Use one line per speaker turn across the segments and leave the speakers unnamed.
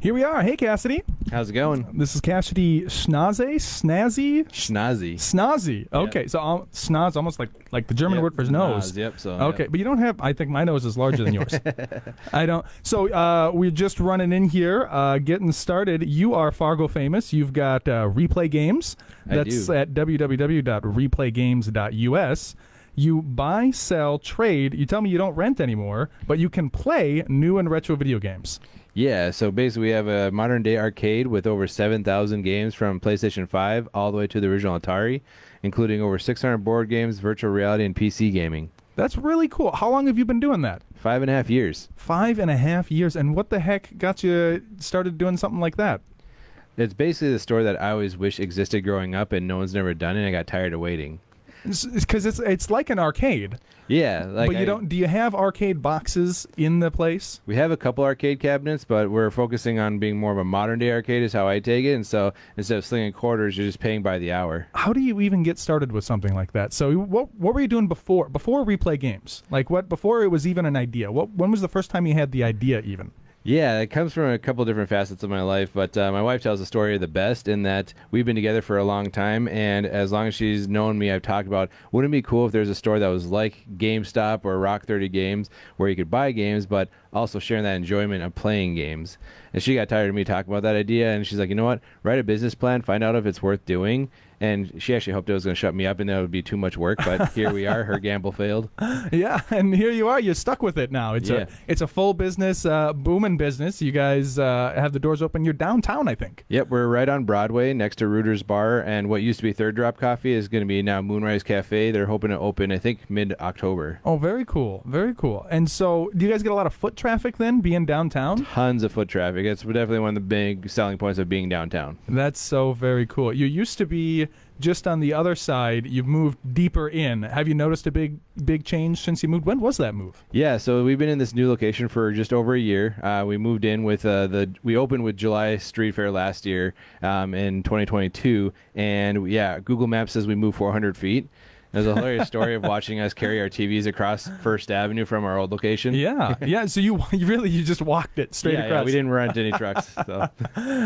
Here we are. Hey, Cassidy.
How's it going?
This is Cassidy Schnaze, Snazzy,
Schnazzy.
Snazzy. Okay, so um, snaz almost like like the German
Yep,
word for nose.
Nas, yep, so, yep.
Okay, but you don't have. I think my nose is larger than yours. I don't. So uh, we're just running in here, uh, getting started. You are Fargo famous. You've got uh, replay games.
I
That's
do.
at www.replaygames.us. You buy, sell, trade. You tell me you don't rent anymore, but you can play new and retro video games.
Yeah, so basically we have a modern day arcade with over 7,000 games from PlayStation 5 all the way to the original Atari, including over 600 board games, virtual reality, and PC gaming.
That's really cool. How long have you been doing that?
Five and a half years.
Five and a half years. And what the heck got you started doing something like that?
It's basically the store that I always wish existed growing up and no one's never done it, and I got tired of waiting.
Because it's, it's like an arcade,
Yeah, like
but you
I-
don't. Do you have arcade boxes in the place?
We have a couple arcade cabinets, but we're focusing on being more of a modern day arcade, is how I take it. And so instead of slinging quarters, you're just paying by the hour.
How do you even get started with something like that? So what what were you doing before before replay games? Like what before it was even an idea? What when was the first time you had the idea even?
Yeah, it comes from a couple different facets of my life, but uh, my wife tells the story the best in that we've been together for a long time, and as long as she's known me, I've talked about wouldn't it be cool if there's a store that was like GameStop or Rock 30 Games where you could buy games, but also sharing that enjoyment of playing games. And she got tired of me talking about that idea, and she's like, you know what? Write a business plan, find out if it's worth doing. And she actually hoped it was going to shut me up and that would be too much work, but here we are. Her gamble failed.
yeah, and here you are. You're stuck with it now. It's
Yeah.
a it's a full business, uh, booming business. You guys uh, have the doors open. You're downtown, I think.
Yep, we're right on Broadway next to Rooter's Bar, and what used to be Third Drop Coffee is going to be now Moonrise Cafe. They're hoping to open, I think, mid October.
Oh, very cool, very cool. And so, do you guys get a lot of foot traffic then, being downtown?
Tons of foot traffic. It's definitely one of the big selling points of being downtown.
That's so very cool. You used to be just on the other side. You've moved deeper in. Have you noticed a big big change since you moved? When was that move?
Yeah, so we've been in this new location for just over a year. Uh, we moved in with uh, the we opened with July Street Fair last year um, in 2022, and yeah, Google Maps says we moved 400 feet. There's a hilarious story of watching us carry our TVs across First Avenue from our old location.
Yeah, yeah. So you, you really you just walked it straight
yeah,
across.
yeah, we didn't rent any trucks. So.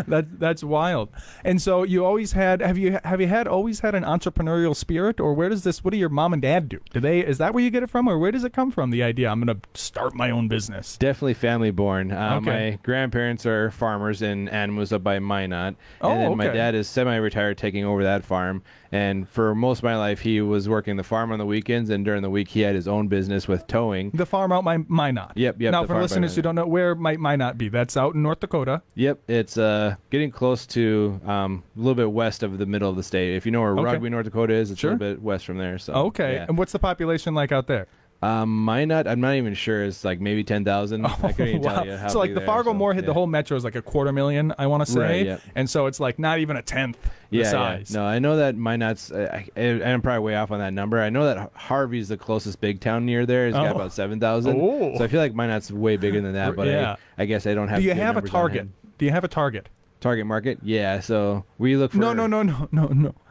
That that's wild. And so you always had have you have you had always had an entrepreneurial spirit, or where does this? What do your mom and dad do? Do they is that where you get it from, or where does it come from? The idea I'm going to start my own business.
Definitely family born. Uh,
Okay.
My grandparents are farmers in animals up by Minot.
Oh,
and then my
okay.
dad is semi retired, taking over that farm. And for most of my life, he was working the farm on the weekends. And during the week, he had his own business with towing.
The farm out my Minot.
Yep, yep,
Now
the
for
farm out
listeners who
Minot.
don't know, where might Minot be? That's out in North Dakota.
Yep, it's uh, getting close to um, a little bit west of the middle of the state. If you know where
Okay.
Rugby, North Dakota is, it's a
Sure.
little bit west from there. So
Okay.
Oh, yeah.
And what's the population like out there?
Um, Minot, I'm not even sure. It's like maybe 10,000. I couldn't even tell you. How
so like
big
the
they are,
Fargo
so,
Moorhead,
yeah.
the whole metro is like a quarter million, I want to say,
Right, yep.
and so it's like not even a tenth the
yeah, yeah.
size.
No, I know that Minot's. I, I, I'm probably way off on that number. I know that Harvey's the closest big town near there. It's
Oh.
got about seven thousand.
Oh.
So I feel like Minot's way bigger than that. But
Yeah.
I, I guess I don't have.
Do you
good
have a
numbers on
target?
hand.
Do you have a target?
Target market? Yeah. So we look for.
No, no, no, no, no, no.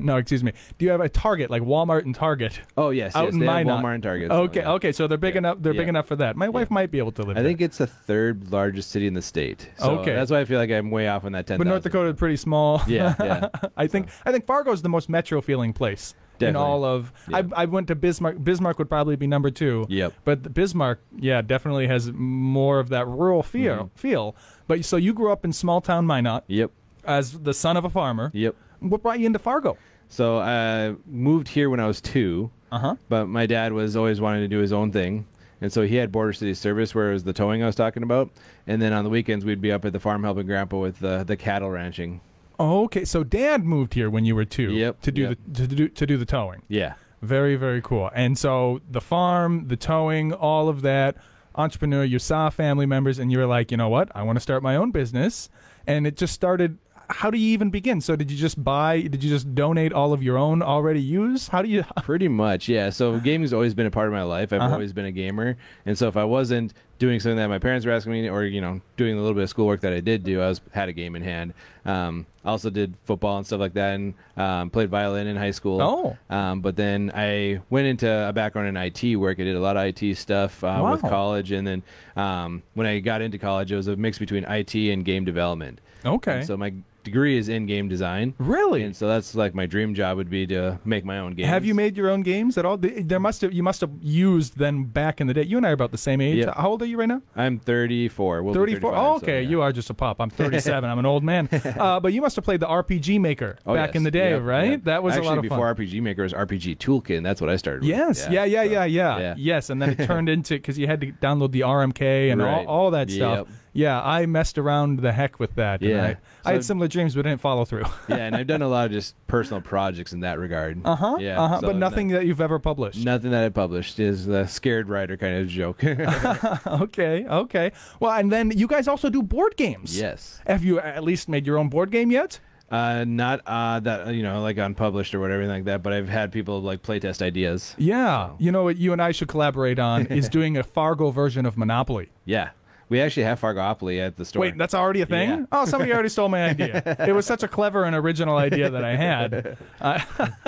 no, excuse me. Do you have a Target like Walmart and Target?
Oh yes,
Out
yes.
in
they have
Minot.
Walmart and Target. so,
okay,
yeah.
okay. So they're big
uh, Yeah,
enough. They're big
yeah.
enough for that. My wife might be able to live.
I
there.
think it's the third largest city in the state. So
Okay.
That's why I feel like I'm way off on that ten.
but North Dakota is pretty small.
Yeah, yeah.
I think I think Fargo's the most metro feeling place in
Definitely.
all of.
Yeah.
I I went to Bismarck. Bismarck would probably be number two.
Yep.
But the Bismarck, yeah, definitely has more of that rural feel.
Mm-hmm.
Feel. But so you grew up in small town Minot
Yep.
as the son of a farmer.
Yep.
What brought you into Fargo?
So I moved here when I was two.
Uh huh.
But my dad was always wanting to do his own thing. And so he had Border City Service, where it was the towing I was talking about. And then on the weekends, we'd be up at the farm helping Grandpa with the, the cattle ranching.
Okay, so Dad moved here when you were two.
Yep,
To do
yep.
the to do to do the towing.
Yeah.
Very very cool. And so the farm, the towing, all of that. Entrepreneur, you saw family members, and you were like, you know what? I want to start my own business, and it just started. How do you even begin? So did you just buy? Did you just donate all of your own already used? How do you?
Pretty much, yeah. So gaming's always been a part of my life. I've
Uh-huh.
always been a gamer. And so if I wasn't doing something that my parents were asking me, or you know, doing a little bit of schoolwork that I did do. I was had a game in hand. Um, also did football and stuff like that, and um, played violin in high school.
Oh.
um, but then I went into a background in IT work. I did a lot of IT stuff uh, with
Wow.
college, and then um, when I got into college, it was a mix between IT and game development.
oh, Okay.
And so my degree is in game design.
Really?
And so that's like my dream job would be to make my own games.
Have you made your own games at all? Th- There must have you must have used then back in the day. You and I are about the same age.
Yeah.
How old are you right now?
I'm 34. We'll be
34. Oh,
35, so,
okay,
yeah.
you are just a pop. I'm 37. I'm an old man. Uh, but you must have played the RPG Maker
Oh,
back
yes.
in the day,
Yep,
right?
yep.
That was
actually
a lot of
before
fun.
RPG Maker was RPG Toolkit. And that's what I started. with.
Yes. Yeah. Yeah.
so,
Yeah. Yeah.
yeah.
Yes. And then it turned into because you had to download the RMK and
Right.
all, all that stuff.
Yep.
Yeah. I messed around the heck with that. and
Yeah.
I, I had
So-
similar dreams, but I didn't follow through.
yeah, and I've done a lot of just personal projects in that regard.
Uh huh.
Yeah.
uh-huh.
so
but nothing that you've ever published.
Nothing that I published is the scared writer kind of joke.
okay. Okay. Well, and then you guys also do board games.
yes.
Have you at least made your own board game yet?
Uh, not uh, that you know, like unpublished or whatever like that. But I've had people like playtest ideas.
Yeah. You know what you and I should collaborate on is doing a Fargo version of Monopoly.
Yeah, we actually have Fargopoly at the store.
Wait, that's already a thing?
Yeah.
Oh, somebody already stole my idea. It was such a clever and original idea that I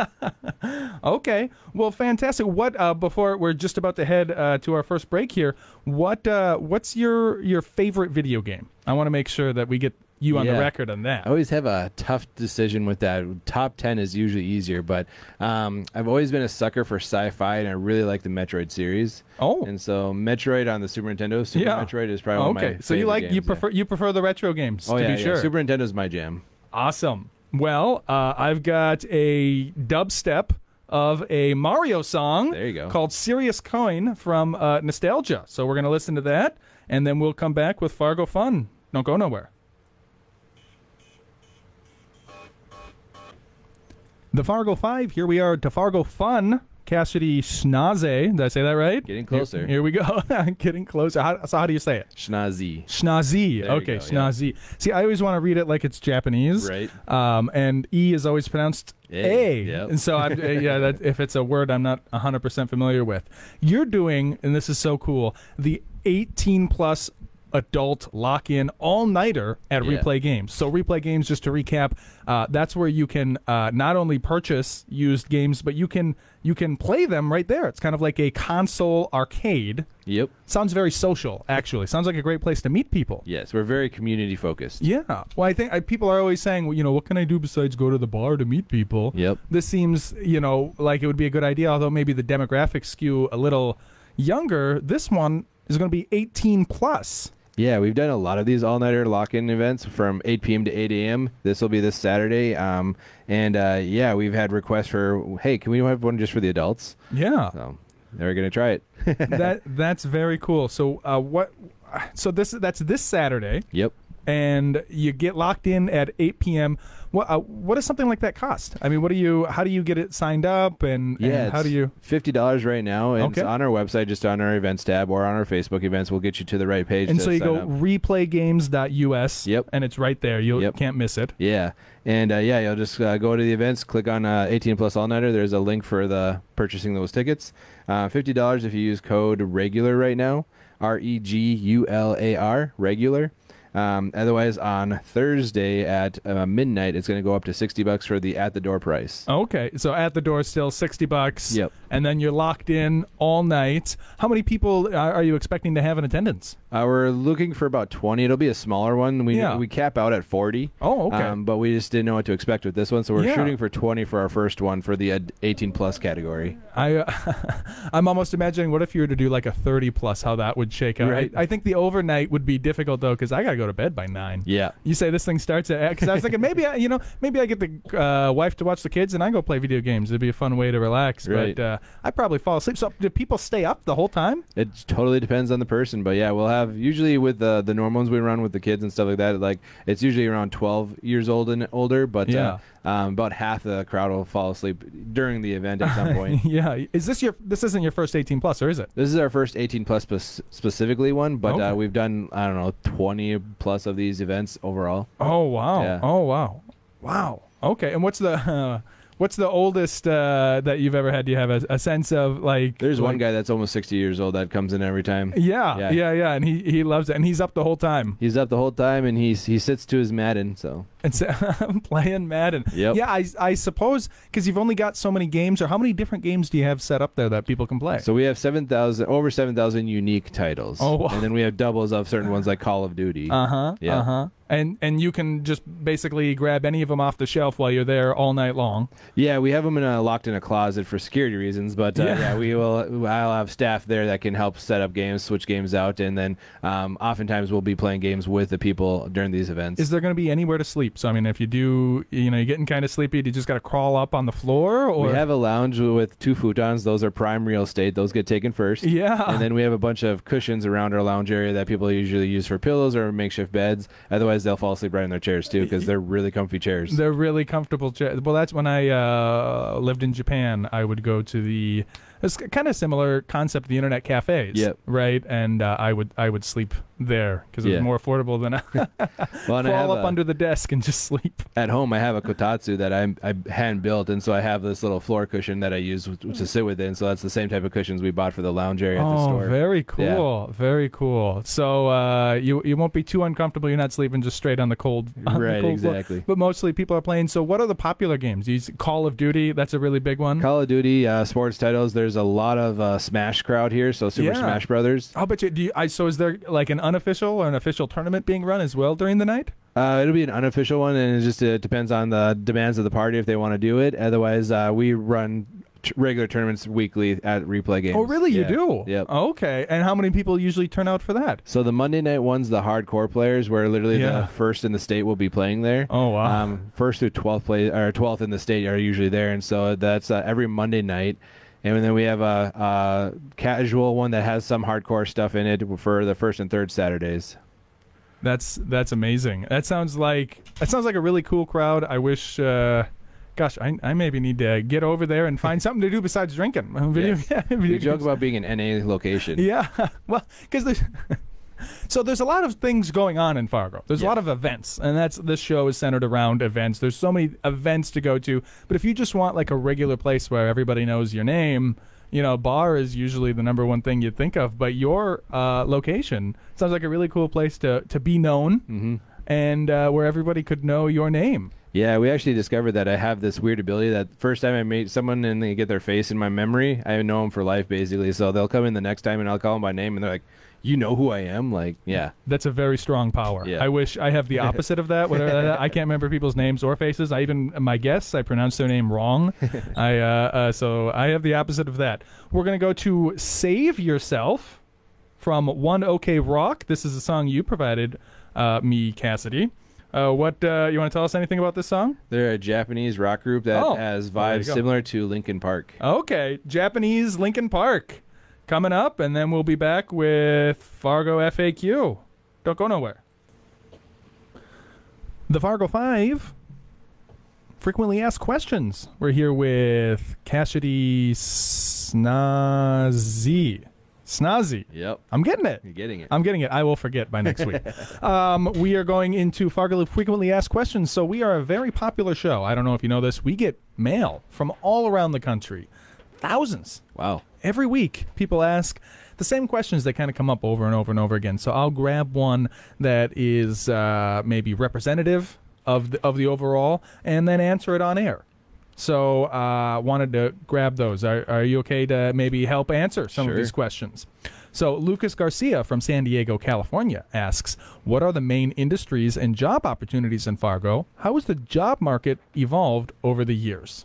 had. Uh, okay. Well, fantastic. What uh, before we're just about to head uh, to our first break here, what uh, what's your your favorite video game? I want to make sure that we get you on the
Yeah.
record on that.
I always have a tough decision with that. Top 10 is usually easier, but um, I've always been a sucker for sci fi, and I really like the Metroid series.
Oh.
And so, Metroid on the Super Nintendo, Super
Yeah.
Metroid is probably one of my
Okay. So you
favorite
like you
games, yeah.
prefer you prefer the retro games
Oh,
to
yeah,
be
yeah.
sure.
Super Nintendo's my jam.
Awesome. Well, uh, I've got a dubstep of a Mario song
There you go.
called Serious Coin from uh, Nostalgia. So we're going to listen to that, and then we'll come back with Fargo Fun. Don't go nowhere. The Fargo 5, here we are to Fargo Fun. Cassidy Schnaze, did I say that right?
Getting closer.
Here, here we go. Getting closer. How, so, how do you say it?
Schnazzy.
Schnazi.
There you
Okay,
go, yeah.
Schnazi. See, I always want to read it like it's Japanese.
Right.
Um, and E is always pronounced
A,
A.
yep.
And so, I'm, uh, yeah, that, if it's a word I'm not 100% familiar with. You're doing, and this is so cool, the 18 plus adult lock in all nighter at
Yeah.
Replay Games. So, Replay Games, just to recap, uh, that's where you can uh, not only purchase used games, but you can you can play them right there. It's kind of like a console arcade.
Yep.
Sounds very social, actually. Sounds like a great place to meet people.
Yes, we're very community focused.
Yeah. Well, I think I, people are always saying, well, you know, what can I do besides go to the bar to meet people?
Yep.
This seems, you know, like it would be a good idea, although maybe the demographics skew a little younger. This one is going to be 18 plus.
Yeah, we've done a lot of these all-nighter lock-in events from 8 p.m. to 8 a.m. This will be this Saturday, um, and uh, yeah, we've had requests for, hey, can we have one just for the adults?
Yeah.
So they're gonna try it.
that that's very cool. So uh, what? So this that's this Saturday,
Yep.
and you get locked in at 8 p.m. What uh, what does something like that cost? I mean, what do you? How do you get it signed up? And, and
Yeah.
how do you?
Fifty dollars right now, and it's
Okay.
on our website, just on our events tab or on our Facebook events. We'll get you to the right page.
And
to
so you
sign
go
up.
replaygames.us.
Yep.
And it's right there. You
Yep.
can't miss it.
Yeah, and uh, yeah, you'll just uh, go to the events, click on uh, 18 plus all nighter. There's a link for the purchasing those tickets. Uh, Fifty dollars if you use code regular right now, R E G U L A R regular. Um, otherwise, on Thursday at uh, midnight, it's going to go up to 60 bucks for the at the door price.
Okay. So at the door still 60 bucks.
Yep.
And then you're locked in all night. How many people uh, are are you expecting to have in attendance?
Uh, we're looking for about 20. It'll be a smaller one. We
Yeah.
we cap out at 40.
Oh, okay.
Um, but we just didn't know what to expect with this one, so we're
Yeah.
shooting for 20 for our first one for the ad- 18 plus category.
I, uh, I'm almost imagining what if you were to do like a 30 plus, how that would shake out.
Right.
I, I think the overnight would be difficult though, because I got to go to bed by nine.
Yeah.
You say this thing starts at because I was thinking maybe I, you know maybe I get the uh, wife to watch the kids and I go play video games. It'd be a fun way to relax.
Right.
But uh, I probably fall asleep. So do people stay up the whole time?
It totally depends on the person, but yeah, we'll have usually with the the normal ones we run with the kids and stuff like that. Like it's usually around 12 years old and older, but
Yeah.
uh, um, about half the crowd will fall asleep during the event at some point.
yeah. Is this your this isn't your first 18 plus or is it?
This is our first 18 plus spe- specifically one, but
Okay.
uh, we've done I don't know 20 plus of these events overall.
Oh wow.
Yeah.
Oh wow. Wow. Okay. And what's the uh, What's the oldest uh, that you've ever had? Do you have a, a sense of like?
There's one
like-
guy that's almost 60 years old that comes in every time.
Yeah,
Yeah.
yeah, yeah, and he he loves it, and he's up the whole time.
He's up the whole time and he's he sits to his Madden. So
And so I'm playing Madden.
Yep.
Yeah, I I suppose because you've only got so many games, or how many different games do you have set up there that people can play?
so we have 7,000 over 7,000 unique titles.
Oh, wow.
and then we have doubles of certain ones like Call of Duty.
Uh huh.
Yeah.
Uh huh. And and you can just basically grab any of them off the shelf while you're there all night long.
yeah, we have them in a, locked in a closet for security reasons, but uh, yeah.
Yeah.
we will. I'll have staff there that can help set up games, switch games out, and then um, oftentimes we'll be playing games with the people during these events.
Is there going to be anywhere to sleep? So I mean, if you do, you know, you're getting kind of sleepy, do you just got to crawl up on the floor, or
we have a lounge with two futons. Those are prime real estate. Those get taken first.
yeah,
And then we have a bunch of cushions around our lounge area that people usually use for pillows or makeshift beds. Otherwise, they'll fall asleep right in their chairs too because they're really comfy chairs.
They're really comfortable. Cha- well, that's when I uh, lived in Japan. I would go to the. It's kind of similar concept to the internet cafes,
Yep.
right? And uh, I would I would sleep there because it
Yeah.
was more affordable than I
Well, and I have
crawl up
a-
under the desk and just sleep.
at home, I have a kotatsu that I I hand built, and so I have this little floor cushion that I use w- to sit with. it, And so that's the same type of cushions we bought for the lounge area at the
Oh,
store.
very
Yeah.
cool, very cool. So uh, you you won't be too uncomfortable. You're not sleeping just straight on the cold, on the
right,
cold floor.
exactly.
But mostly people are playing. So what are the popular games? These Call of Duty. That's a really big one.
Call of Duty, uh, sports titles. There's a lot of uh, Smash crowd here, so Super
Yeah.
Smash Brothers.
I'll bet you. Do you, I, so is there like an unofficial or an official tournament being run as well during the night?
Uh, it'll be an unofficial one, and it just uh, depends on the demands of the party if they want to do it. Otherwise, uh, we run t- regular tournaments weekly at replay games.
Oh, really?
Yeah.
You do?
Yep.
Okay. And how many people usually turn out for that?
So the Monday night one's the hardcore players, where literally the
Yeah.
first in the state will be playing there.
Oh wow.
Um, first through twelfth place or twelfth in the state are usually there, and so that's uh, every Monday night. And then we have a, a casual one that has some hardcore stuff in it for the first and third Saturdays.
that's that's amazing. That sounds like that sounds like a really cool crowd. I wish. Uh, gosh, I, I maybe need to get over there and find something to do besides drinking. Video- video
We joke
games.
about being an NA location.
Yeah. Well, because there's. So there's a lot of things going on in Fargo. There's
Yeah.
a lot of events, and that's this show is centered around events. There's so many events to go to, but if you just want like a regular place where everybody knows your name, you know, bar is usually the number one thing you think of. But your uh, location sounds like a really cool place to to be known,
hmm
and uh, where everybody could know your name.
Yeah, we actually discovered that I have this weird ability that first time I meet someone and they get their face in my memory, I know them for life basically. So they'll come in the next time and I'll call them by name and they're like, "You know who I am?" Like, yeah,
That's a very strong power.
Yeah.
I wish I have the opposite of that. Whether that, I can't remember people's names or faces. I even my guests, I pronounce their name wrong. I uh, uh, so I have the opposite of that. We're gonna go to "Save Yourself" from One OK Rock. This is a song you provided uh, me, Cassidy. Uh, what uh, you want to tell us anything about this song?
they're a Japanese rock group that
Oh,
has
well, there
vibes
you go.
similar to Linkin Park.
Okay, Japanese Lincoln Park coming up, and then we'll be back with Fargo FAQ. Don't go nowhere. The Fargo Five frequently asked questions. We're here with Cassidy Snazzy. Snazzy.
Yep,
I'm getting it.
you're getting it.
I'm getting it. I will forget by next week. um, we are going into Fargo frequently asked questions. So we are a very popular show. I don't know if you know this. We get mail from all around the country, thousands
Wow.
every week. People ask the same questions that kind of come up over and over and over again. So I'll grab one that is uh, maybe representative of the, of the overall, and then answer it on air. So uh, wanted to grab those. Are, are you okay to maybe help answer some
Sure.
of these questions? So Lucas Garcia from San Diego, California asks, "What are the main industries and job opportunities in Fargo? How has the job market evolved over the years?"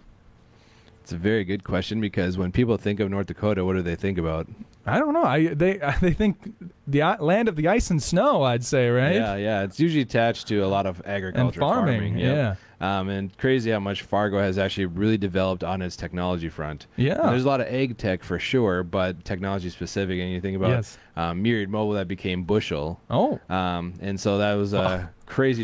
It's a very good question because when people think of North Dakota, what do they think about?
I don't know. I they they think the i- land of the ice and snow. I'd say right.
Yeah, yeah. It's usually attached to a lot of agriculture,
farming,
yep. Um, and crazy how much Fargo has actually really developed on its technology front.
Yeah.
And there's a lot of egg tech for sure, but technology specific. And you think about
Yes.
um, Myriad Mobile that became Bushel,
Oh,
um, and so that was a crazy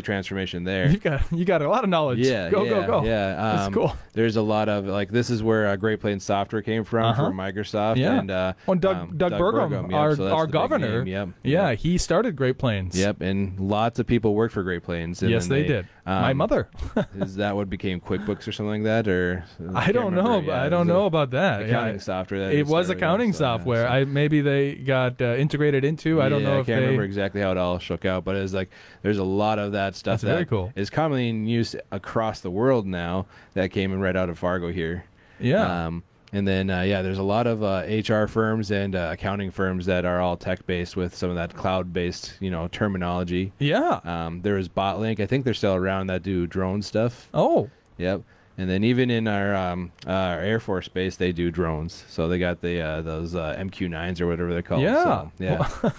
transformation there.
you got you got a lot of knowledge.
Yeah,
Go
yeah,
go go.
Yeah,
That's
um,
cool.
There's a lot of like this is where uh, Great Plains Software came from
Uh-huh.
from Microsoft.
Yeah.
and uh,
When Doug
um,
Doug, Burgum,
Burgum, yep,
our,
so that's
our
the big
governor.
name, yep,
Yeah,
yep.
he started Great Plains.
Yep, and lots of people worked for Great Plains. and
Yes,
then
they, did. My
um,
mother.
is that what became QuickBooks or something like that? Or
I
can't
don't know.
remember.
but
Yeah,
I
it
don't
was a
know about that. Yeah.
Accounting software. that
It was
uh, started with,
accounting
so, yeah,
software.
so-
I maybe they got uh, integrated into. I don't
Yeah,
know
I
if
can't
they.
remember exactly how it all shook out, but it's like there's a lot of that stuff
That's very
that
cool.
is commonly in use across the world now. That came in right out of Fargo here.
Yeah.
Um, and then uh, yeah, there's a lot of uh, HR firms and uh, accounting firms that are all tech based with some of that cloud based you know terminology.
yeah.
Um, there was Botlink. I think they're still around that do drone stuff.
oh.
Yep. And then even in our um, uh, our Air Force base, they do drones. So they got the uh, those uh, MQ9s or whatever they're called.
Yeah.
So,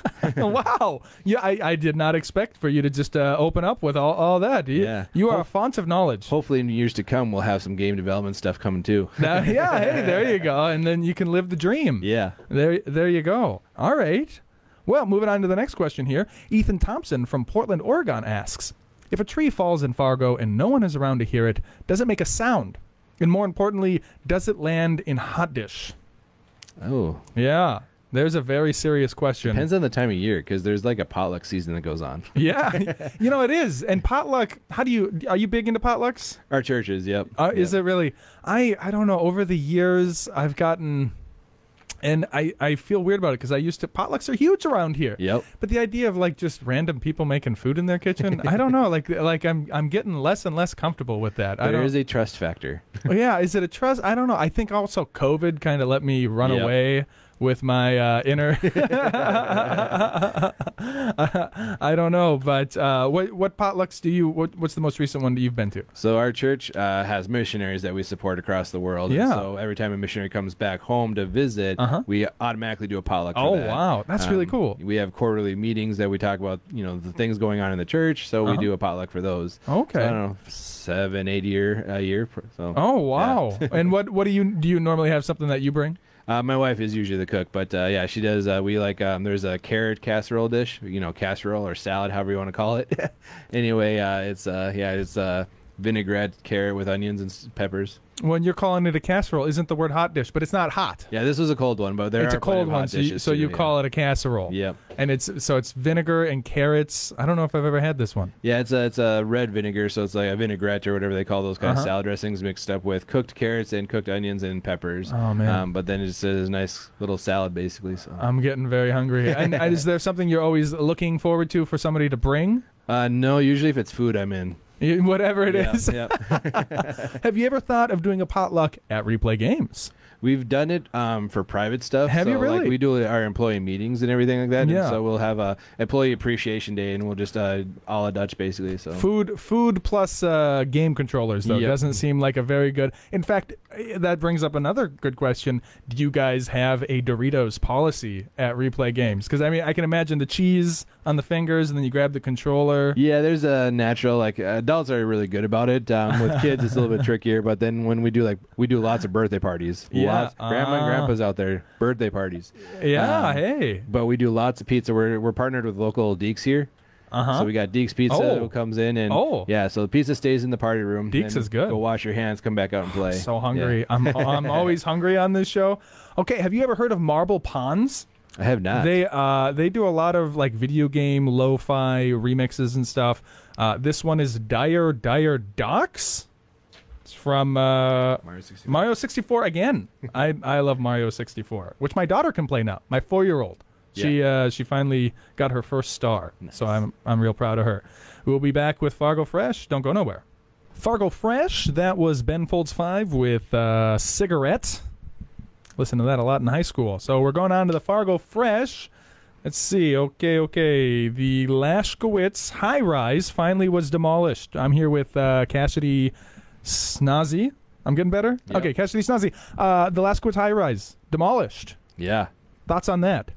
yeah.
wow. Yeah, I, I did not expect for you to just uh, open up with all, all that. You,
Yeah.
You are
Ho-
a font of knowledge.
Hopefully, in years to come, we'll have some game development stuff coming too.
Now- yeah. Hey, there you go. And then you can live the dream.
Yeah.
There, there you go. All right. Well, moving on to the next question here. Ethan Thompson from Portland, Oregon asks If a tree falls in Fargo and no one is around to hear it, does it make a sound? And more importantly, does it land in hot dish?
Oh,
Yeah. There's a very serious question.
depends on the time of year because there's like a potluck season that goes on.
Yeah. you know, it is. And potluck, how do you, are you big into potlucks?
Our churches, yep.
Uh, Is it really? I I don't know. Over the years, I've gotten, and I I feel weird about it because I used to potlucks are huge around here.
Yep.
But the idea of like just random people making food in their kitchen, I don't know. Like like I'm I'm getting less and less comfortable with that. I
There
don't. Oh,
is a trust factor.
yeah, is it a trust? I don't know. I think also COVID kind of let me run
Yep.
away with my uh, inner. I don't know, but uh, what what potlucks do you? What, what's the most recent one that you've been to?
So our church uh, has missionaries that we support across the world. and
Yeah.
so every time a missionary comes back home to visit,
Uh-huh.
we automatically do a potluck. for
Oh
that.
wow, that's really
Um,
cool.
We have quarterly meetings that we talk about, you know, the things going on in the church. So we
Uh-huh.
do a potluck for those.
Okay.
So, I don't know, seven, eight year a year. pr- So
Oh wow! and what what do you do? You normally have something that you bring?
uh, my wife is usually the cook, but uh, yeah, she does. Uh, we like um, there's a carrot casserole dish, you know, casserole or salad, however you want to call it. anyway, uh, it's uh, yeah, it's uh, vinaigrette carrot with onions and s- peppers.
When you're calling it a casserole, isn't the word hot dish? But it's not hot.
Yeah, this was a cold one, but there
it's
are
a cold one, so you, so you call it a casserole.
Yep.
And it's so it's vinegar and carrots. I don't know if I've ever had this one.
Yeah, it's a it's a red vinegar, so it's like a vinaigrette or whatever they call those kind
Uh-huh.
of salad dressings mixed up with cooked carrots and cooked onions and peppers.
Oh, man.
Um, but then it's a nice little salad basically. So
I'm getting very hungry. And uh, is there something you're always looking forward to for somebody to bring?
uh, no, usually if it's food, I'm in.
You- Whatever it is.
yeah, yeah.
Have you ever thought of doing a potluck at Replay Games?
We've done it um, for private stuff.
Have
so,
you really?
Like, we do our employee meetings and everything like that. and
Yeah.
so we'll have a employee appreciation day, and we'll just uh, a la Dutch basically. So
Food, food plus uh, game controllers though
Yep.
doesn't seem like a very good. In fact, eh, that brings up another good question. Do you guys have a Doritos policy at replay games? Because I mean, I can imagine the cheese on the fingers, and then you grab the controller.
Yeah, there's a natural like adults are really good about it. Um, with kids, it's a little bit trickier. But then when we do like we do lots of birthday parties.
Yeah,
Lots- grandma
ah.
and grandpa's out there birthday parties.
Yeah,
Um,
hey,
But we do lots of pizza. We're we're partnered with local Deeks here.
uh huh.
So we got Deeks Pizza
Oh.
who comes in and
Oh.
yeah, so the pizza stays in the party room.
Deeks
then
is good.
Go wash your hands, come back out and play.
so hungry. I'm I'm always hungry on this show. Okay, have you ever heard of Marble Ponds?
I have not.
They uh they do a lot of like video game lo-fi remixes and stuff. Uh, this one is Dire Dire Docs. It's from uh,
Mario 64.
Mario 64 again. I I love Mario 64, which my daughter can play now. My four year old. She uh, she finally got her first star, so I'm I'm real proud of her. We'll be back with Fargo Fresh. Don't go nowhere. Fargo Fresh. That was Ben Folds Five with uh, cigarette. Listen to that a lot in high school. So we're going on to the Fargo Fresh. Let's see. Okay, okay. The Lashkowitz high rise finally was demolished. I'm here with uh, Cassidy Snazzy. I'm getting better.
Yep.
Okay, Cassidy Snazzy. Uh, the Lashkowitz high rise demolished.
yeah.
Thoughts on that?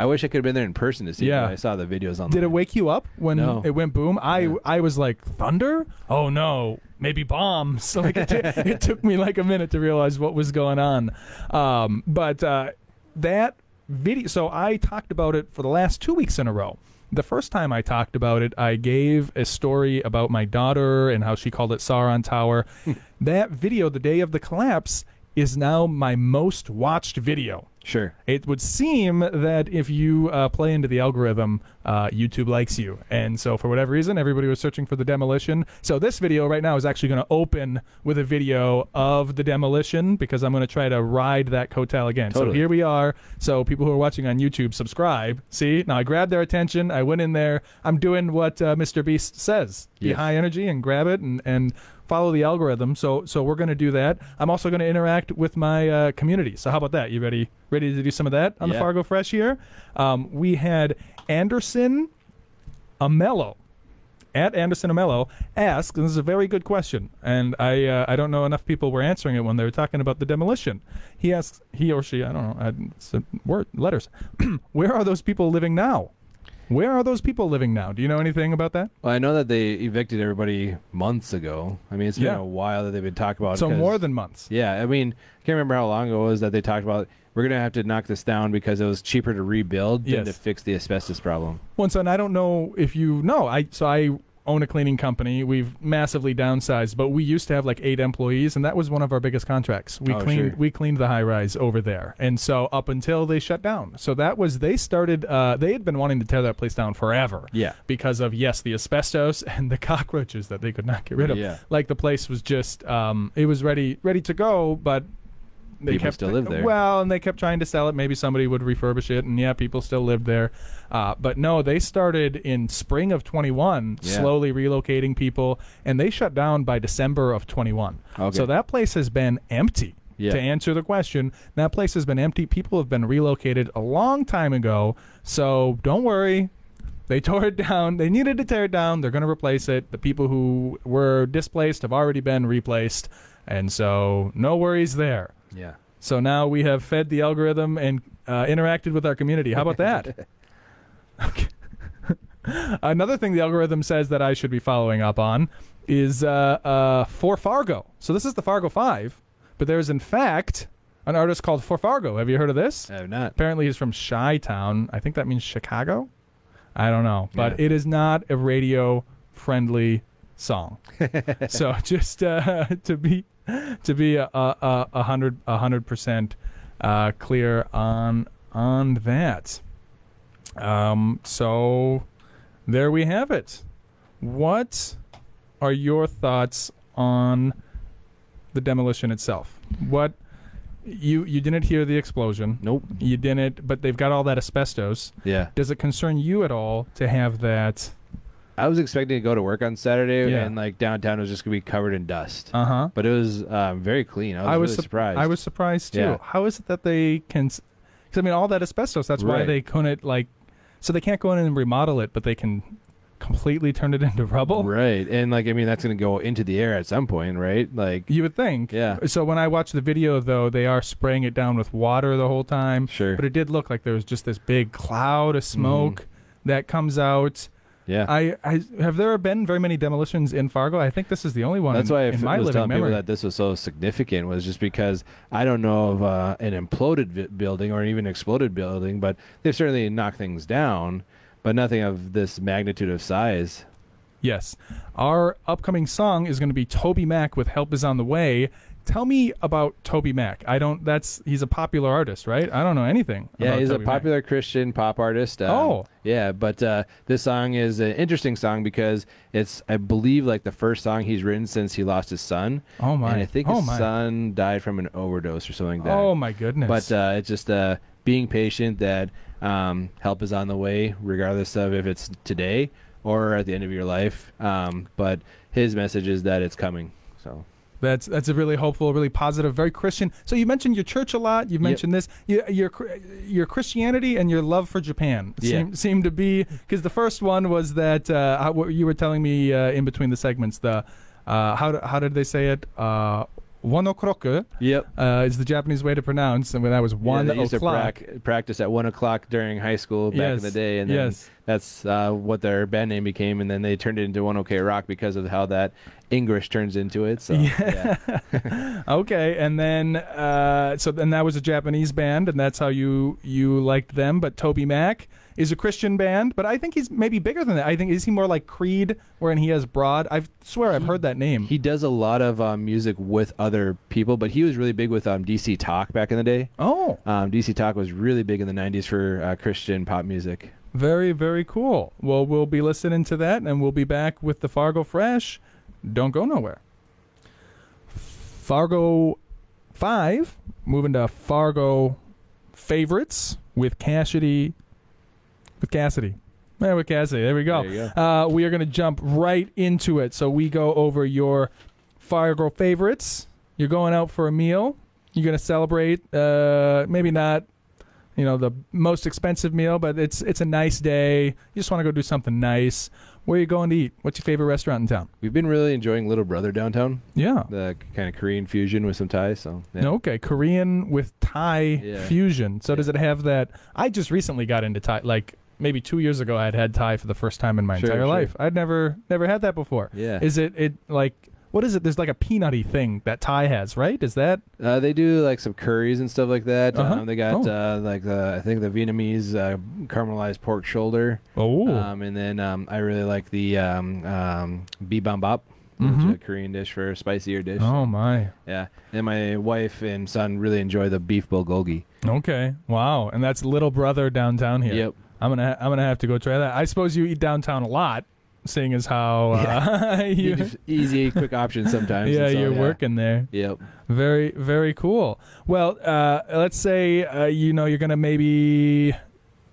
I wish I could have been there in person to see.
Yeah.
Yeah. I saw the videos on.
Did it wake you up when
No.
it went boom? I
Yeah.
I was like thunder. Oh no, maybe bombs. Like it, t- it took me like a minute to realize what was going on. Um, but uh, that video. So I talked about it for the last two weeks in a row. The first time I talked about it, I gave a story about my daughter and how she called it Sauron Tower. that video, the day of the collapse, is now my most watched video.
Sure.
It would seem that if you uh, play into the algorithm, uh, YouTube likes you. And so, for whatever reason, everybody was searching for the demolition. So, this video right now is actually going to open with a video of the demolition because I'm going to try to ride that coattail again.
Totally.
So, here we are. So, people who are watching on YouTube, subscribe. See, now I grabbed their attention. I went in there. I'm doing what uh, Mr. Beast says be
Yes.
high energy and grab it and, and follow the algorithm. So so we're going to do that. I'm also going to interact with my uh, community. So how about that? You ready ready to do some of that on the
Yeah.
Fargo Fresh here? Um, we had Anderson Amello at Anderson Amello asks, and this is a very good question, and I uh, I don't know enough people were answering it when they were talking about the demolition. He asks he or she I don't know I, it's a word letters. Where are those people living now? Where are those people living now? Do you know anything about that?
Well, I know that they evicted everybody months ago. I mean, it's been
Yeah.
a while that they've been talking about. it
So
'cause-
more than months.
Yeah, I mean, I can't remember how long ago it was that they talked about we're gonna have to knock this down because it was cheaper to rebuild than
Yes.
to fix the asbestos problem.
Once and I don't know if you know. I so I own a cleaning company. We've massively downsized, but we used to have like eight employees, and that was one of our biggest contracts. We
Oh,
cleaned
sure.
we cleaned the high rise over there, and so up until they shut down. So that was they started. Uh, they had been wanting to tear that place down forever.
Yeah.
Because of yes, the asbestos and the cockroaches that they could not get rid of.
Yeah.
Like the place was just um, it was ready ready to go, but they
People
kept
still live there.
Well, and they kept trying to sell it. Maybe somebody would refurbish it, and yeah, people still lived there. Uh, but no, they started in spring of 21,
Yeah.
slowly relocating people, and they shut down by December of 21.
Okay.
So that place has been empty.
Yeah.
To answer the question, that place has been empty. People have been relocated a long time ago. So don't worry. They tore it down. They needed to tear it down. They're going to replace it. The people who were displaced have already been replaced. And so no worries there.
Yeah.
So now we have fed the algorithm and uh, interacted with our community. How about that? Okay. Another thing the algorithm says that I should be following up on is uh, uh, For Fargo. So this is the Fargo 5, but there is, in fact, an artist called For Fargo. Have you heard of this?
I have not.
Apparently, he's from Chi Town. I think that means Chicago. I don't know, but
Yeah.
it is not a radio-friendly song. so just uh, to be to be a, a, a- a hundred a hundred percent uh, clear on on that. Um, so there we have it. What are your thoughts on the demolition itself? What you you didn't hear the explosion.
Nope.
You didn't, but they've got all that asbestos.
Yeah.
Does it concern you at all to have that?
I was expecting to go to work on Saturday
Yeah.
and like downtown was just gonna be covered in dust,
Uh huh.
but it was um, very clean. I was,
I was
really
sup-
surprised.
I was surprised too.
Yeah.
How is it that they can? Because I mean, all that asbestos. That's why
Right.
they couldn't like. So they can't go in and remodel it, but they can completely turn it into rubble.
right, and like I mean that's gonna go into the air at some point, right? Like
You would think.
Yeah.
So when I watch the video, though, they are spraying it down with water the whole time.
sure, Mm-hmm.
But it did look like there was just this big cloud of smoke that comes out.
yeah.
I, I have there been very many demolitions in Fargo. I think this is the only one.
That's
in,
why I
in
f-
my
was
living
telling
memory.
people that this was so significant was just because I don't know of uh, an imploded vi- building or even exploded building, but they've certainly knocked things down, but nothing of this magnitude of size.
Yes. Our upcoming song is going to be Toby Mac with Help Is On The Way. Tell me about Toby Mac. I don't, that's, he's a popular artist, right? I don't know anything.
Yeah,
about
he's a
Toby Mac.
popular Christian pop artist. Um,
Oh.
yeah, but uh, this song is an interesting song because it's, I believe, like the first song he's written since he lost his son.
Oh, my.
and I think
oh,
his
my.
son died from an overdose or something like that.
Oh, my goodness.
But uh, it's just uh, being patient that um, help is on the way, regardless of if it's today or at the end of your life. Um, but his message is that it's coming. So
That's that's a really hopeful, really positive, very Christian. So you mentioned your church a lot. You've
Yep.
mentioned this. Your, your Chr- your Christianity and your love for Japan
Yeah.
seem, seem to be because the first one was that uh, how, what you were telling me uh, in between the segments. The uh, how do- how did they say it? Uh, one o'clock
yep.
uh, is the Japanese way to pronounce, and that was one
yeah, they used to
o'clock.
prac- practice at one o'clock during high school back in
Yes,
the day, and then
yes.
That's uh, what their band name became, and then they turned it into One OK Rock because of how that English turns into it. So yeah.
Okay, and then uh, so then that was a Japanese band, and that's how you you liked them. But Toby Mac is a Christian band, but I think he's maybe bigger than that. I think is he more like Creed, wherein he has broad. I swear I've heard that name.
he does a lot of um, music with other people, but he was really big with um, DC Talk back in the day.
oh,
Um, DC Talk was really big in the '90s for uh, Christian pop music.
very very cool. Well, we'll be listening to that, and we'll be back with the Fargo Fresh. Don't go nowhere. Fargo five, moving to Fargo favorites with Cassidy. With Cassidy. Yeah, with Cassidy. There we go.
There you
Uh, we are going to jump right into it. So we go over your Fargo favorites. You're going out for a meal. You're going to celebrate. Uh, maybe not, you know, the most expensive meal, but it's it's a nice day. You just want to go do something nice. Where are you going to eat? What's your favorite restaurant in town?
We've been really enjoying Little Brother downtown,
Yeah.
the kind of Korean fusion with some Thai. So yeah.
Okay, Korean with Thai
Yeah.
fusion. So does
Yeah.
it have that? I just recently got into Thai. Like maybe two years ago, I'd had Thai for the first time in my
Sure,
entire
sure.
life. I'd never never had that before.
Yeah.
Is it it like what is it? There's like a peanutty thing that Thai has, right? Is that
Uh, they do like some curries and stuff like that.
Uh-huh.
Um, they got
Oh.
uh, like the, I think the Vietnamese uh, caramelized pork shoulder,
oh
um, and then um, I really like the um, um, bibimbap,
Mhm.
which is a Korean dish for a spicier dish.
oh my
Yeah, and my wife and son really enjoy the beef bulgogi.
okay wow and that's little brother downtown here.
Yep.
I'm gonna ha- I'm gonna have to go try that. I suppose you eat downtown a lot, seeing as how uh,
You
you
just- easy, quick options sometimes.
yeah
and so,
you're working there.
Yep.
Very, very cool. Well, uh, let's say uh, you know you're going to maybe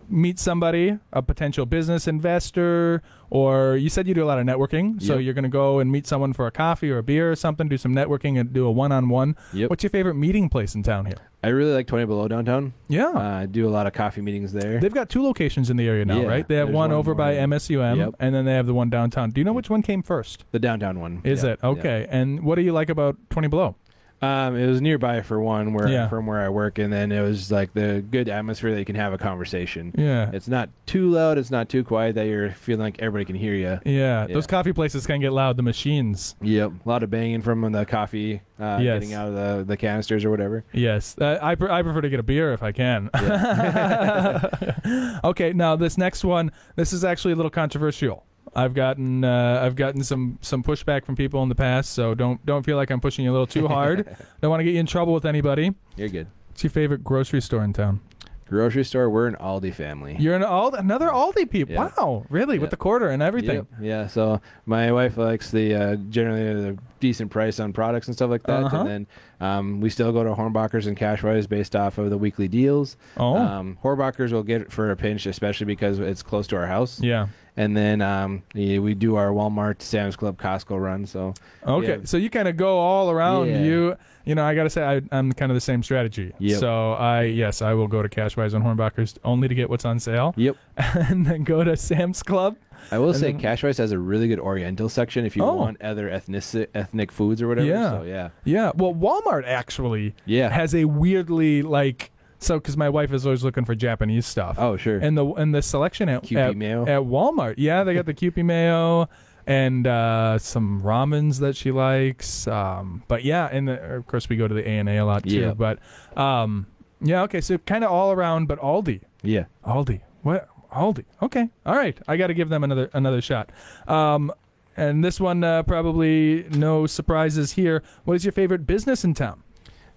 meet somebody, a potential business investor, or you said you do a lot of networking. So
Yep.
you're going to go and meet someone for a coffee or a beer or something, do some networking and do a one on one.
Yep.
What's your favorite meeting place in town here?
I really like Twenty Below downtown.
Yeah.
Uh, I do a lot of coffee meetings there.
They've got two locations in the area now,
Yeah,
right? They have
there's
one,
one
over by
more.
MSUM,
Yep.
and then they have the one downtown. Do you know which one came first?
the downtown one.
Is
Yep,
it okay? And what do you like about Twenty Below?
Um, it was nearby for one, where
Yeah.
from where I work, and then it was like the good atmosphere that you can have a conversation.
Yeah,
It's not too loud, it's not too quiet that you're feeling like everybody can hear you.
yeah.
Yeah.
Those coffee places can get loud. The machines.
Yep, a lot of banging from the coffee uh,
Yes.
getting out of the, the canisters or whatever.
Yes, uh, I pre- I prefer to get a beer if I can. okay, now this next one, this is actually a little controversial. I've gotten uh, I've gotten some some pushback from people in the past, so don't don't feel like I'm pushing you a little too hard. don't want to get you in trouble with anybody.
You're good.
What's your favorite grocery store in town?
Grocery store, we're an Aldi family.
You're an Aldi, another Aldi peep.
Yeah.
Wow, really?
Yeah.
With the quarter and everything.
Yep, Yeah, so my wife likes the uh, generally the decent price on products and stuff like that,
Uh-huh.
and then um, we still go to Hornbachers and Cashwise based off of the weekly deals.
Oh,
Um, Hornbachers will get it for a pinch, especially because it's close to our house.
yeah.
And then um, yeah, we do our Walmart, Sam's Club, Costco run. So
Okay,
Yeah.
so you kind of go all around.
Yeah.
You, you know, I gotta say, I, I'm kind of the same strategy.
Yep.
So I, yes, I will go to Cashwise and Hornbacher's only to get what's on sale,
yep,
and then go to Sam's Club.
I will
And
say
then-
Cashwise has a really good Oriental section if you
Oh.
want other ethnic ethnic foods or whatever.
Yeah.
So yeah,
Yeah. Well, Walmart actually
yeah.
has a weirdly like so because my wife is always looking for Japanese stuff,
oh sure.
and the and the selection at
QP
at,
mayo.
at Walmart. Yeah, they got the Kewpie mayo and uh, some ramens that she likes. Um, but yeah, and the, of course we go to the A and A a lot too.
Yeah.
But um, yeah, okay, so kind of all around, but Aldi,
yeah.
Aldi, what Aldi? Okay, all right, I got to give them another another shot. Um, and this one uh, probably no surprises here. What is your favorite business in town?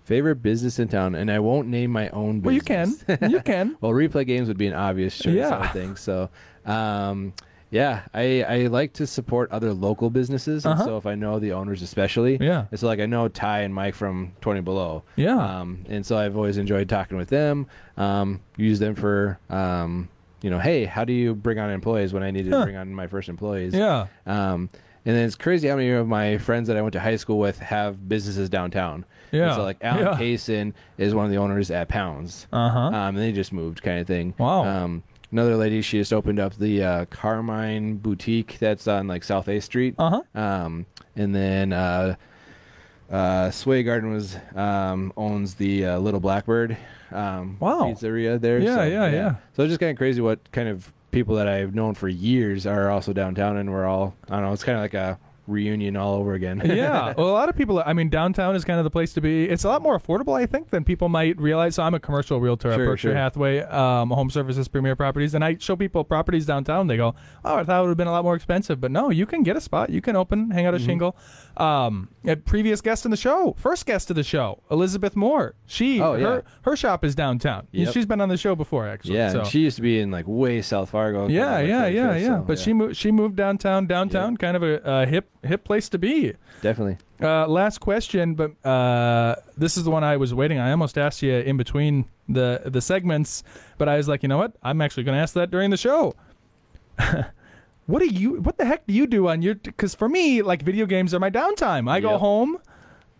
Favorite business in town, and I won't name my own. Business.
Well, you can, you can.
Well, replay games would be an obvious choice,
Yeah.
I would think. So, um, yeah, I, I like to support other local businesses. And
Uh-huh.
so, if I know the owners, especially,
Yeah.
And so, like, I know Ty and Mike from 20 Below.
Yeah.
Um, and so, I've always enjoyed talking with them, um, use them for, um, you know, hey, how do you bring on employees when I needed
Huh.
to bring on my first employees?
Yeah.
Um, and then it's crazy how many of my friends that I went to high school with have businesses downtown. And
Yeah.
so like Alan
Yeah.
Kaysen is one of the owners at Pounds.
Uh huh.
Um, and they just moved, kind of thing.
Wow.
Um, another lady, she just opened up the uh, Carmine Boutique that's on like South A Street.
Uh huh.
Um, and then uh, uh, Sway Garden was um, owns the uh, Little Blackbird um,
Wow.
pizzeria there.
Yeah,
so,
yeah, yeah.
So it's just kind of crazy what kind of people that I've known for years are also downtown, and we're all I don't know. It's kind of like a reunion all over again.
yeah. Well, a lot of people. I mean, downtown is kind of the place to be. It's a lot more affordable, I think, than people might realize. So I'm a commercial realtor at
Sure,
Berkshire
sure.
Hathaway um, Home Services Premier Properties, and I show people properties downtown. They go, "Oh, I thought it would have been a lot more expensive," but no, you can get a spot. You can open, hang out
Mm-hmm.
a shingle. Um, a previous guest in the show, first guest of the show, Elizabeth Moore. She,
Oh, yeah.
her, her shop is downtown.
Yep.
She's been on the show before, actually.
yeah.
So.
And she used to be in like way South Fargo.
yeah,
kind of
yeah,
like
yeah,
that,
yeah.
so,
But she moved. She moved downtown. Downtown, kind of a, a hip, hip place to be.
definitely.
Uh, last question, but uh, this is the one I was waiting. I almost asked you in between the the segments, but I was like, you know what? I'm actually going to ask that during the show. what do you? What the heck do you do on your? Because for me, like video games are my downtime. I go
Yep.
home,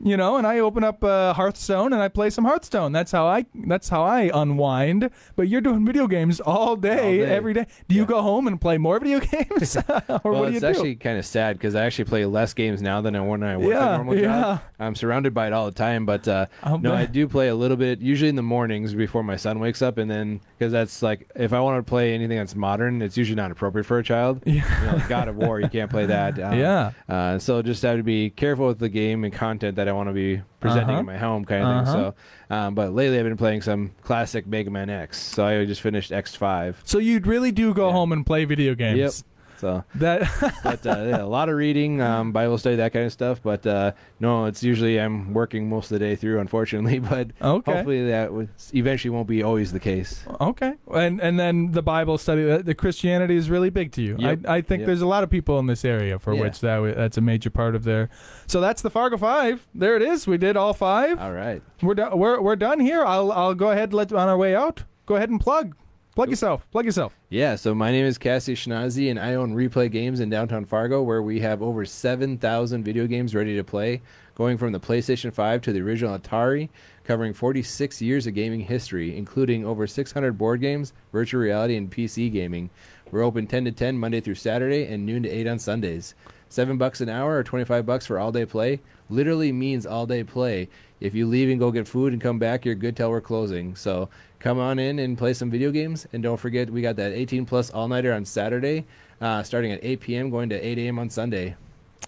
you know, and I open up uh, Hearthstone and I play some Hearthstone. That's how I. That's how I unwind. But you're doing video games all day,
day.
every day. Do you
Yeah.
go home and play more video games, or
well,
what do you
it's
do?
actually kind of sad because I actually play less games now than I when I work
Yeah,
a normal
yeah. Oh,
job. I'm surrounded by it all the time, but uh,
I'll
no,
bet.
I do play a little bit. Usually in the mornings before my son wakes up, and then because that's like if I want to play anything that's modern, it's usually not appropriate for a child.
Yeah.
You know, like God of War, you can't play that. Um,
Yeah.
Uh, so just have to be careful with the game and content that I want to be presenting
Uh-huh.
in my home, kind of
Uh-huh.
thing. So, um, but lately I've been playing some classic Mega Man X. So I just finished X five.
So you really do go
Yeah.
home and play video games.
Yep. So
That
but uh, yeah, a lot of reading, um, Bible study, that kind of stuff. But uh, no, it's usually I'm working most of the day through, unfortunately. But
Okay.
hopefully that was, eventually won't be always the case.
okay, and and then the Bible study, uh, the, the Christianity is really big to you.
Yep.
I, I think
Yep.
there's a lot of people in this area for
Yeah.
which that w- that's a major part of their. So that's the Fargo Five. There it is. We did all five.
All right.
We're done. We're we're done here. I'll I'll go ahead. and Let on our way out. Go ahead and plug. Plug yourself. Plug yourself.
Yeah, so my name is Cassie Schnazi, and I own Replay Games in downtown Fargo, where we have over 7,000 video games ready to play, going from the PlayStation 5 to the original Atari, covering 46 years of gaming history, including over 600 board games, virtual reality, and PC gaming. We're open 10 to 10 Monday through Saturday and noon to 8 on Sundays. Seven bucks an hour or 25 bucks for all day play literally means all day play. If you leave and go get food and come back, you're good till we're closing. So come on in and play some video games. And don't forget, we got that 18 plus all nighter on Saturday, uh, starting at 8 p.m., going to 8 a.m. on Sunday.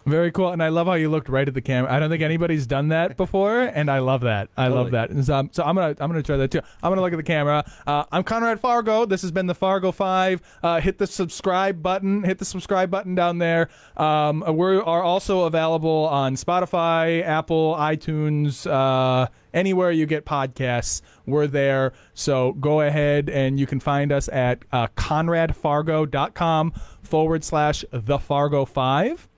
Very cool, and I love how you looked right at the camera. I don't think anybody's done that before, and I love that. I love
Totally.
that. And so, I'm- so I'm gonna I'm gonna try that too. I'm gonna look at the camera. Uh, I'm Conrad Fargo. This has been the Fargo Five. Uh, hit the subscribe button. Hit the subscribe button down there. Um, we are also available on Spotify, Apple, iTunes, uh, anywhere you get podcasts. We're there. So go ahead and you can find us at uh, conradfargo.com forward slash the Fargo Five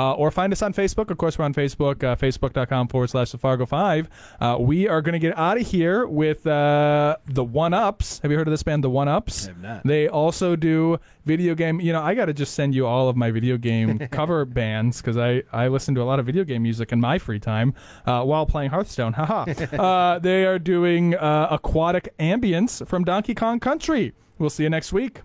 uh, or find us on Facebook. Of course, we're on Facebook, uh, facebook.com forward slash the Fargo 5. Uh, we are going to get out of here with uh, the One Ups. Have you heard of this band, the One Ups?
have not.
They also do video game. You know, I got to just send you all of my video game cover bands because I, I listen to a lot of video game music in my free time uh, while playing Hearthstone. Haha. uh, they are doing uh, Aquatic Ambience from Donkey Kong Country. We'll see you next week.